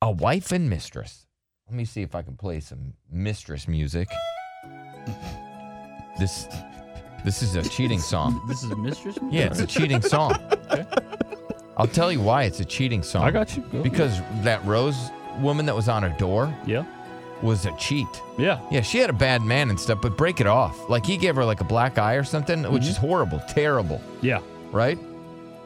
A wife and mistress. Let me see if I can play some mistress music. This this is a cheating song. This is a mistress? Yeah, it's a cheating song. I'll tell you why it's a cheating song. I got you. Go. Because that Rose woman that was on her door Yeah. was a cheat. Yeah. Yeah, she had a bad man and stuff, but break it off. Like he gave her like a black eye or something, which Mm-hmm. is horrible, terrible, Yeah. right?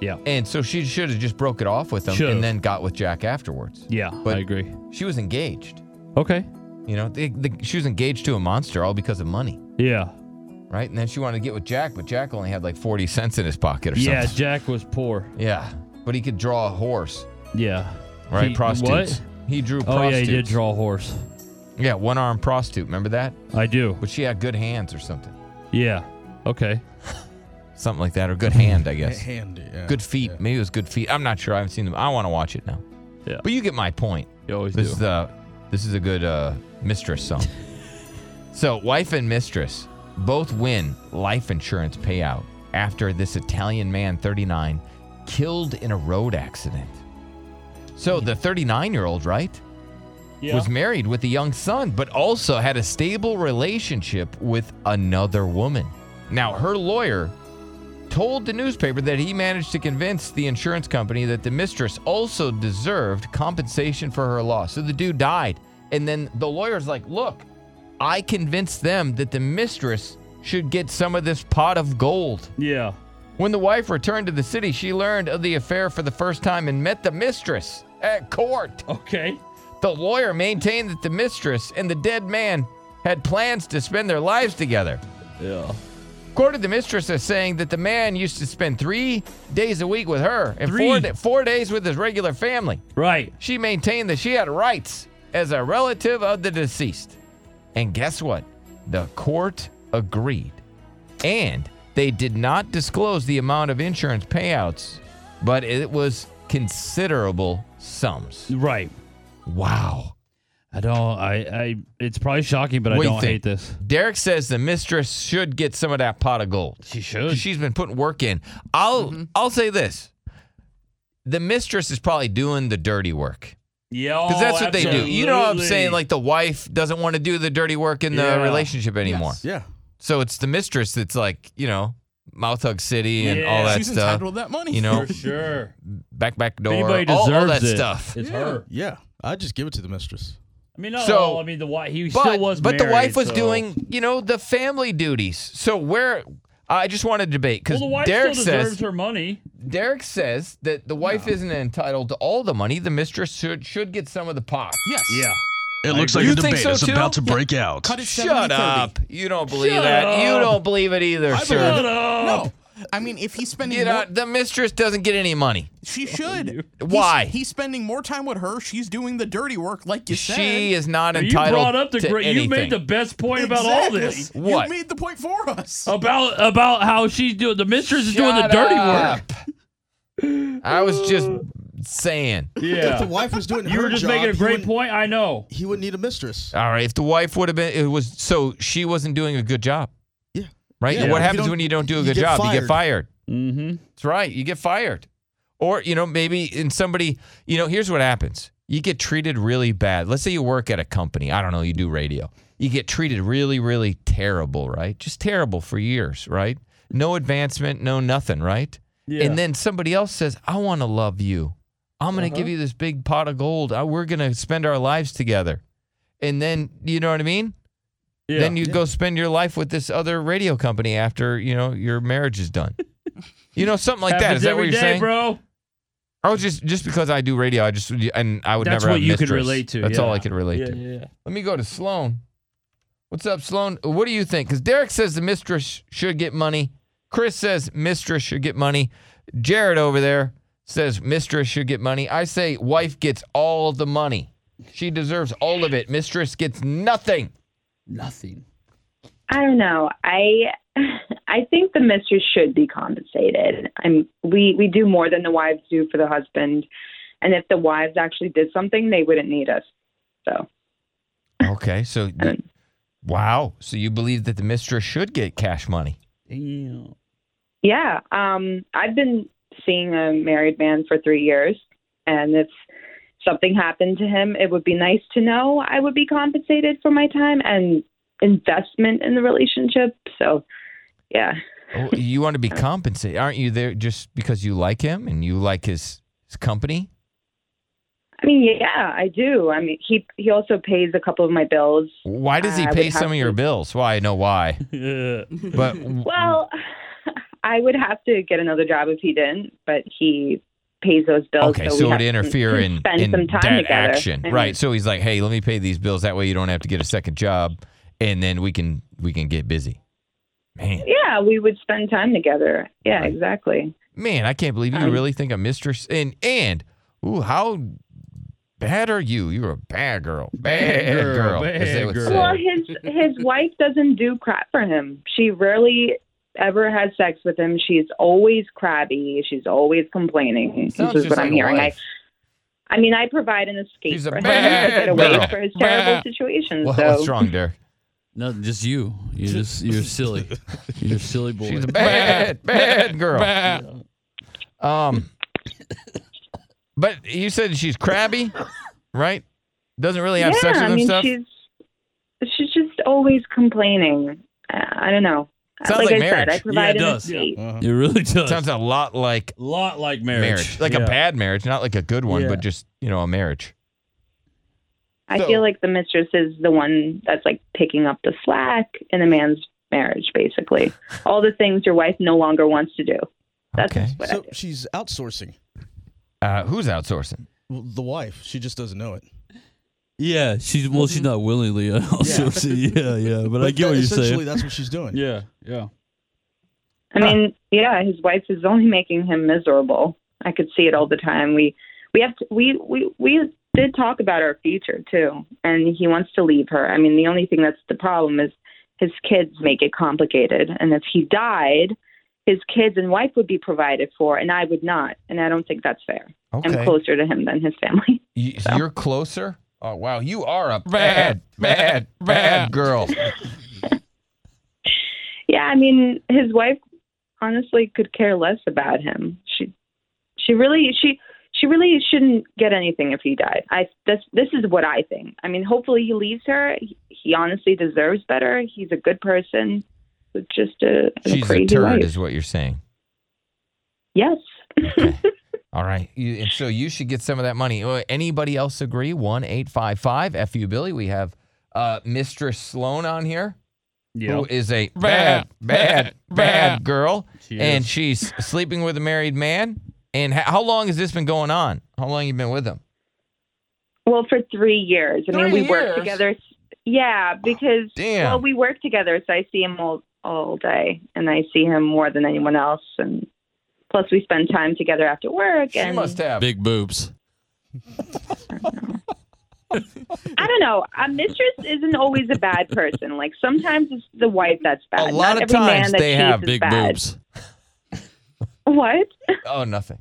Yeah. And so she should have just broke it off with him Should've. and then got with Jack afterwards. Yeah. But- I agree. She was engaged. Okay. You know, they, they, she was engaged to a monster all because of money, Yeah. right? And then she wanted to get with Jack, but Jack only had like 40 cents in his pocket or Yeah. something. Jack was poor. yeah. But he could draw a horse, Yeah. right? He- Prostitutes. What? He drew Oh, prostitutes. yeah. He did draw a horse. Yeah, one armed prostitute. Remember that? I do. But she had good hands or something. Yeah. Okay. Something like that, or good hand, I guess. Handy. Yeah. Good feet. Maybe it was good feet. I'm not sure. I haven't seen them. I want to watch it now. Yeah. But you get my point. You always This do. is the this is a good uh, mistress song. so wife and mistress both win life insurance payout after this Italian man, 39, killed in a road accident. So the 39 year old, right, yeah. was married with a young son, but also had a stable relationship with another woman. Now her lawyer told the newspaper that he managed to convince the insurance company that the mistress also deserved compensation for her loss. So the dude died. And then the lawyer's like, look, I convinced them that the mistress should get some of this pot of gold. yeah. When the wife returned to the city, she learned of the affair for the first time and met the mistress at court. Okay. The lawyer maintained that the mistress and the dead man had plans to spend their lives together Yeah. quoted the mistress as saying that the man used to spend three days a week with her and Three. four, da- four days with his regular family. Right. She maintained that she had rights as a relative of the deceased. And guess what? The court agreed. And they did not disclose the amount of insurance payouts, but it was considerable sums. Right. Wow. I don't. I. I. It's probably shocking, but What I do you don't think? hate this. Derek says the mistress should get some of that pot of gold. She 'Cause should. Mm-hmm. she's been putting work in. I'll I'll say this: the mistress is probably doing the dirty work yeah. because that's what they do. You know what I'm saying? Oh, absolutely. Like the wife doesn't want to do the dirty work in the Yeah. relationship anymore. Yeah. So it's the mistress that's like you know mouth hug city and all Yeah. that She's stuff. entitled to that money. You know, for sure. back back If door, anybody all, deserves all that it, stuff. It's yeah. her. Yeah. I just give it to the mistress. I mean, not So- all. I mean, the wife. He But still was. but the married, wife was so- doing you know the family duties. So where I just want to debate Well, because the wife Derek still says deserves her money. Derek says that the wife isn't entitled to all the money. The mistress should should get some of the pot. Yes. Yeah. It looks like You a think debate so, is too? about to break out. Cut it 70, Shut 30. up! You don't believe Shut that. You up. don't believe it either, I sir. believe it. up. No. I mean, if he's spending You know, more, the mistress doesn't get any money. she should. Why? He's, he's spending more time with her. She's doing the dirty work, like you said. She is not You entitled brought up the to great. You anything. made the best point about all this. Exactly. What? You made the point for us. About about how she's doing the mistress is doing the Shut dirty up. work. I was just saying. If the wife was doing you her were just job, making a he great wouldn't- point. I know. He wouldn't need a mistress. All right, if the wife would have been, it was so she wasn't doing a good job, Yeah. right? Yeah. What If you happens don't- when you don't do a you good get job? You get fired. fired. Mm-hmm. That's right. You get fired. Or, you know, maybe in somebody, you know, here's what happens. You get treated really bad. Let's say you work at a company. I don't know, you do radio. You get treated really, really terrible, right? Just terrible for years, right? No advancement, no nothing, right? Yeah. And then somebody else says, I want to love you. I'm going to Uh-huh. give you this big pot of gold. I, we're going to spend our lives together. And then, you know what I mean? yeah. then you go spend your life with this other radio company after you know your marriage is done. you know something like that. Happens Is that every what you're day, saying? bro? Oh, just just because I do radio, I just and I would That's never. what have you could mistress. relate to, That's yeah. all I could relate Yeah, to. yeah. Let me go to Sloan. What's up, Sloan? What do you think? Because Derek says the mistress should get money. Chris says mistress should get money. Jared over there says mistress should get money. I say wife gets all the money. She deserves all of it. Mistress gets nothing. Nothing. I don't know. I I think the mistress should be compensated. I'm we we do more than the wives do for the husband, and if the wives actually did something, they wouldn't need us. So Okay, so wow, so you believe that the mistress should get cash money? Damn. yeah, um, I've been seeing a married man for three years, and if something happened to him, it would be nice to know I would be compensated for my time and investment in the relationship. So yeah, Oh, you want to be compensated, aren't you? There just because you like him and you like his, his company. I mean yeah, I do. I mean he he also pays a couple of my bills. Why does he I would pay some have of your to- bills? Why? I know why, Yeah. but Well, I would have to get another job if he didn't, but he pays those bills. okay, we so, it have would to interfere in, spend in some time that together. action, I mean, right? So he's like, hey, let me pay these bills. That way you don't have to get a second job, and then we can we can get busy. Man, Yeah, we would spend time together. Yeah, Right. exactly. man, I can't believe you Um, really think a mistress and and ooh, how bad are you? You're a bad girl, bad, girl, girl, bad as they would girl. say. Well, his his wife doesn't do crap for him. She rarely ever has sex with him. She's always crabby. She's always complaining. Sounds this just is what like I'm a hearing. I, wife. I mean, I provide an escape She's a for him to bad get away girl. for his terrible Bad. situation. Well, so what's wrong, Derek? Nothing, just you. You just you're silly. You're a silly boy. She's a bad, bad girl. Um, but you said she's crabby, right? Doesn't really have yeah, sex with I him mean, stuff. She's she's just always complaining. Uh, I don't know. Sounds like, like I said, I marriage. Yeah, provide it an does. escape. Uh-huh. It really does. Sounds a lot like lot like marriage, marriage. like Yeah. a bad marriage, not like a good one, Yeah. but just you know a marriage. I So- feel like the mistress is the one that's like picking up the slack in a man's marriage, basically. All the things your wife no longer wants to do. That's Okay. what I So do. she's outsourcing. Uh, who's outsourcing? Well, The wife, she just doesn't know it. yeah, she's well, she's not willingly. uh, Also, yeah, yeah, yeah. But, I get what that- you're essentially, saying. that's what she's doing. Yeah. Yeah. I mean, yeah, his wife is only making him miserable. I could see it all the time. We we have to, we we we did talk about our future too, and he wants to leave her. I mean, the only thing that's the problem is his kids make it complicated, and if he died, his kids and wife would be provided for, and I would not, and I don't think that's fair. I'm Okay. closer to him than his family. You, You're closer. Oh wow, you are a bad, bad, bad girl. Yeah, I mean, his wife honestly could care less about him. She she really she she really shouldn't get anything if he died. I this this is what I think. I mean, hopefully he leaves her. He, he honestly deserves better. He's a good person with just a, a She's a crazy turd, wife. is what you're saying. yes. All right. You, and so you should get some of that money. Uh, Anybody else agree? 1 855 FU Billy. We have uh, Mistress Sloan on here, who is a bad, bad, bad girl. She and is. she's sleeping with a married man. And ho- how long has this been going on? How long you been with him? Well, for three years. I mean, Three we work years? together. Yeah, because Damn. well, we work together, so I see him all all day, and I see him more than anyone else. And plus, we spend time together after work. she and must have. Big boobs. I don't know. A mistress isn't always a bad person. Like sometimes it's the wife that's bad. A lot Not of every man times that they cheats have is Big bad. boobs. What? Oh, nothing.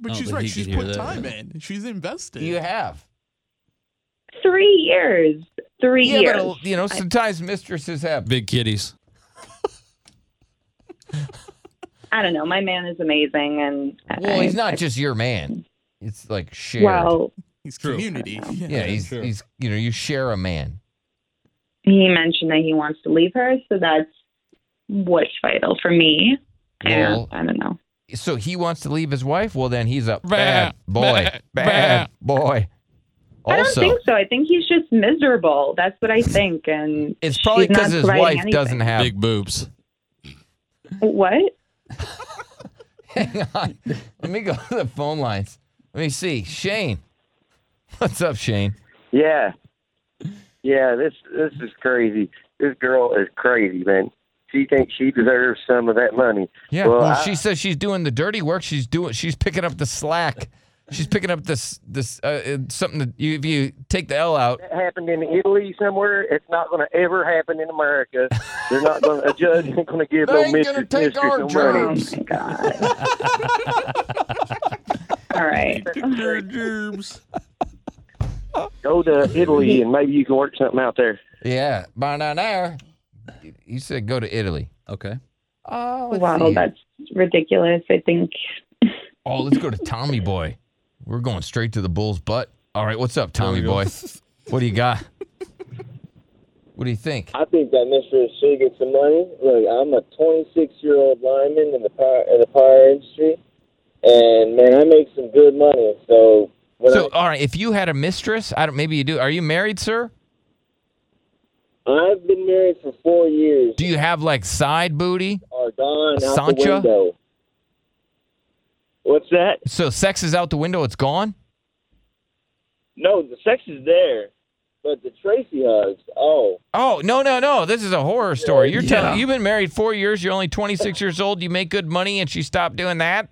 But I don't she's think right. Oh, he She's could hear put that. time in. She's invested. You have. Three years. Three Yeah, years. but, you know, sometimes mistresses have. Big kitties. I don't know. My man is amazing, and Well, I- he's not just your man. It's like shared. Well, He's True. community. yeah, he's, sure. he's, you know, you share a man. he mentioned that he wants to leave her, so that's what's vital for me. Well, And I don't know. so he wants to leave his wife. Well, then he's a bad boy, bad boy. I don't Also, think so. I think he's just miserable. That's what I think. And it's probably she's not because his providing wife anything. doesn't have. Big boobs. What? Hang on, let me go to the phone lines. Let me see, Shane. What's up, Shane? Yeah. Yeah, this this is crazy. This girl is crazy, man. she thinks she deserves some of that money. Yeah. Well, Well, I- she says she's doing the dirty work. She's doing. She's picking up the slack. She's picking up this this uh, uh, something that you, if you take the L out. That happened in Italy somewhere. It's not going to ever happen in America. They're not going. to A judge ain't going to give They no ain't gonna mistress, take mistress our no money. Oh germs. my god. All right. Go to Italy and maybe you can work something out there. Yeah. Banana. You said go to Italy. Okay. Oh, let's Wow, see. that's ridiculous. I think Oh, let's go to Tommy Boy. We're going straight to the bull's butt. All right, what's up, Tommy Boy? What do you got? What do you think? I think that Mistress should get some money. Look, I'm a 26 year old lineman in the power in the power industry, and man, I make some good money. So when So, all right, if you had a mistress, I don't. Maybe you do. Are you married, sir? I, I've been married for four years, Do you have like side booty? are gone out the Sancha? window. What's that? So sex is out the window. It's gone. No, the sex is there, but the Tracy hugs. Oh, Oh no no no! This is a horror story. You're telling you've been married four years. You're only 26 years old. You make good money, and she stopped doing that.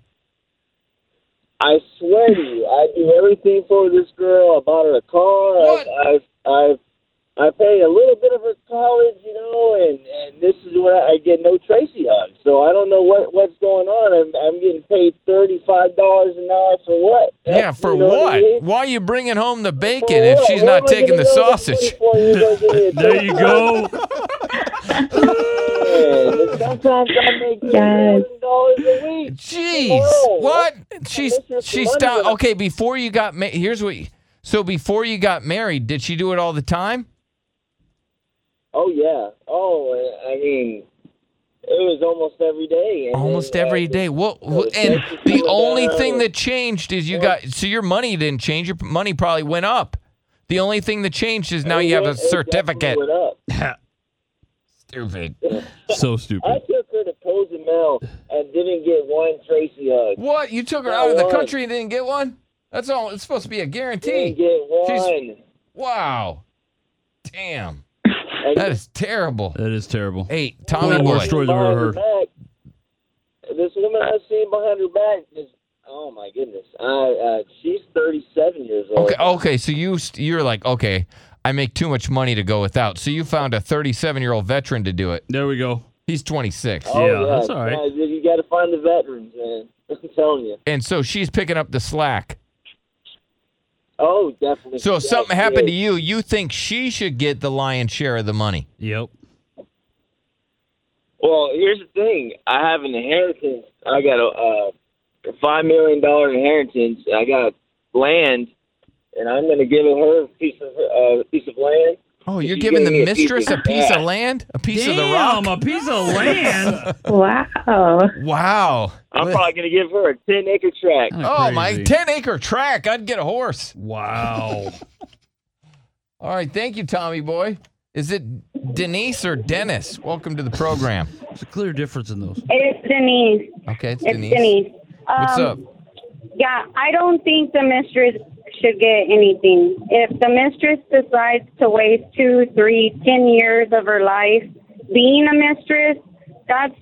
I swear to you, I do everything for this girl. I bought her a car. What? I've, I've, I've, I paid a little bit of her college, you know, and and this is where I get no Tracy hugs. So I don't know what what's going on. I'm I'm getting paid thirty five dollars an hour for what? Yeah, for You know I what? mean? Why are you bringing home the For bacon if what? she's Where am not I taking the gonna go to sausage? 24 years old and get a There you Tracy go. hug? And Sometimes I make Yes. dollars a week. Jeez, Oh, what? what? She This is she the stopped. wonder. Okay, before you got married, here's what. You, so before you got married, did she do it all the time? Oh yeah. Oh, I I mean, it was almost every day. And Almost then, uh, every just- day. Well, well, it's and just the coming only down. thing that changed is you got. So your money didn't change. Your money probably went up. The only thing that changed is now it you have a went- it definitely certificate. went up. Stupid. So I stupid. took her to Cozumel and didn't get one Tracy hug. What? You took her Not out of the one. country and didn't get one? That's all. It's supposed to be a Didn't guarantee. get one. She's- Wow. Damn. And That is terrible. That is terrible. Hey, One Tommy more boy. story than we behind her ever heard. back, this woman I've seen behind her back is. Oh my goodness! I uh, she's thirty-seven years old. Okay, oh. okay. So you st- you're like, okay, I make too much money to go without. So you found a 37 year old veteran to do it. There we go. He's 26, Oh, Yeah, that's all right. Yeah, you- you got to find the veterans, man. I'm telling you. and so she's picking up the slack. Oh, definitely. So if Yes, something happened to yes. you, you think she should get the lion's share of the money? Yep. Well, here's the thing. I have an inheritance. I got a uh, five million dollar inheritance. I got land, and I'm gonna give her a piece of uh, piece of land. Oh, you're She's giving gonna the get a piece mistress a of piece of that. land, a piece of the rock. Damn, a piece of land. wow. Wow. I'm probably gonna give her a ten acre tract. Oh my Crazy. 10 acre track. I'd get a horse. Wow. All right, thank you Tommy boy. Is it Denise or Dennis? Welcome to the program. There's a clear difference in those. It's Denise. Okay, it's It's Denise. Denise. Um, What's up? Yeah, I don't think the mistress should get anything. If the mistress decides to waste two, three, ten years of her life being a mistress, that's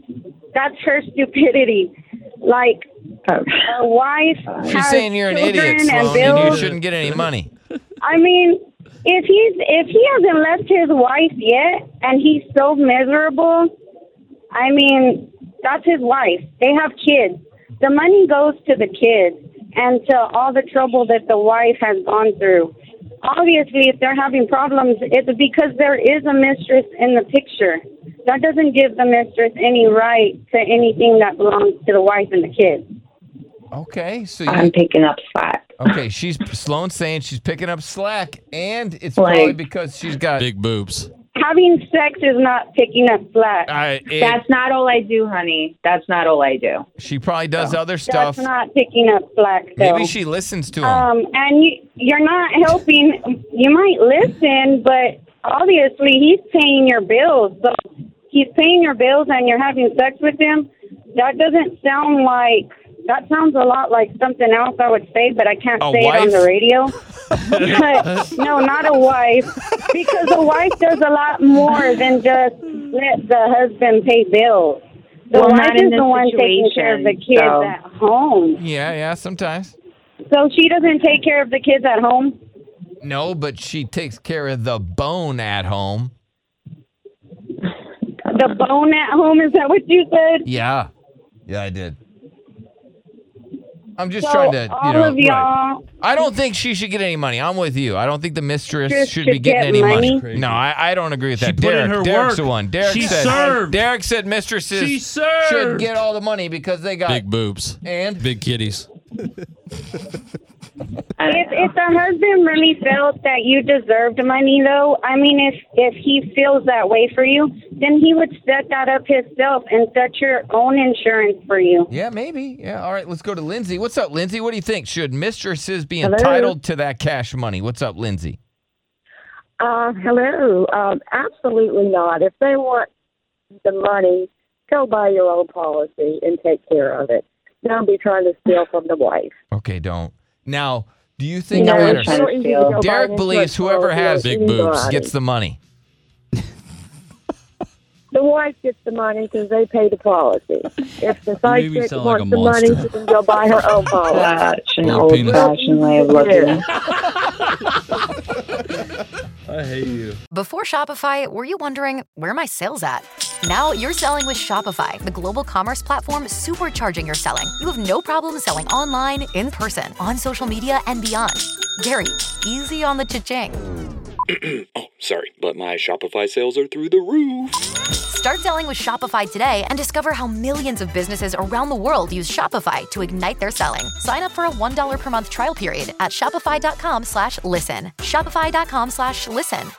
that's her stupidity. Like Oh. a wife. She's has saying you're an idiot, children and Sloan, and you bills. shouldn't get any money. I mean, if he's if he hasn't left his wife yet and he's so miserable, I mean, that's his wife. They have kids. The money goes to the kids and to all the trouble that the wife has gone through. Obviously, if they're having problems, it's because there is a mistress in the picture. That doesn't give the mistress any right to anything that belongs to the wife and the kids. Okay, so you, I'm picking up slack. okay, she's Sloan's saying she's picking up slack, and it's Like- probably because she's got. Big boobs. Having sex is not picking up slack. I, it- That's not all I do, honey. That's not all I do. she probably does other stuff. That's not picking up slack. Though. Maybe she listens to him. Um, and you, you're not helping. You might listen, but obviously he's paying your bills. So he's paying your bills, and you're having sex with him. That doesn't sound like that sounds a lot like something else I would say, but I can't A say it wife? on the radio. But, no, not a wife, because a wife does a lot more than just let the husband pay bills. The Well, wife not in is this the one taking care of the situation, kids so- at home. Yeah, yeah, sometimes. So she doesn't take care of the kids at home. No, but she takes care of the bone at home. The bone at home is that what you said? Yeah. Yeah, I did. I'm just so trying to, you all know. of right. y'all, I don't think she should get any money. I'm with you. I don't think the mistress Mistress should be should getting get any money. money? No, I, I don't agree with She that. put in Derek, her Derek's work. the one. Derek She said, served. Derek said mistresses She served. should get all the money because they got Big boobs. and Big kitties. if if the husband really felt that you deserved money, though, I mean, if if he feels that way for you, then he would set that up himself and set your own insurance for you. yeah, maybe. Yeah. All right, let's go to Lindsay. What's up, Lindsay? What do you think? Should mistresses be entitled to that cash money? What's up, Lindsay? Uh, hello. Um, absolutely not. If they want the money, go buy your own policy and take care of it. Don't be trying to steal from the wife. Okay, don't. Now, do you think No, it I'm matters? trying to So easy to go buy Derek an believes insurance whoever policy has on big boobs anybody. gets the money. The wife gets the money because they pay the policy. If the side me chick sound like wants a the money, monster. she can go buy her own policy. Such an Little penis. old-fashioned way of looking. Yeah. I hate you. Before Shopify, were you wondering where are my sales at? Now you're selling with Shopify, the global commerce platform supercharging your selling. You have no problem selling online, in person, on social media, and beyond. Gary, easy on the cha-ching. Oh, sorry, but my Shopify sales are through the roof. Start selling with Shopify today and discover how millions of businesses around the world use Shopify to ignite their selling. Sign up for a $1 per month trial period at shopify.com slash listen. Shopify.com slash listen.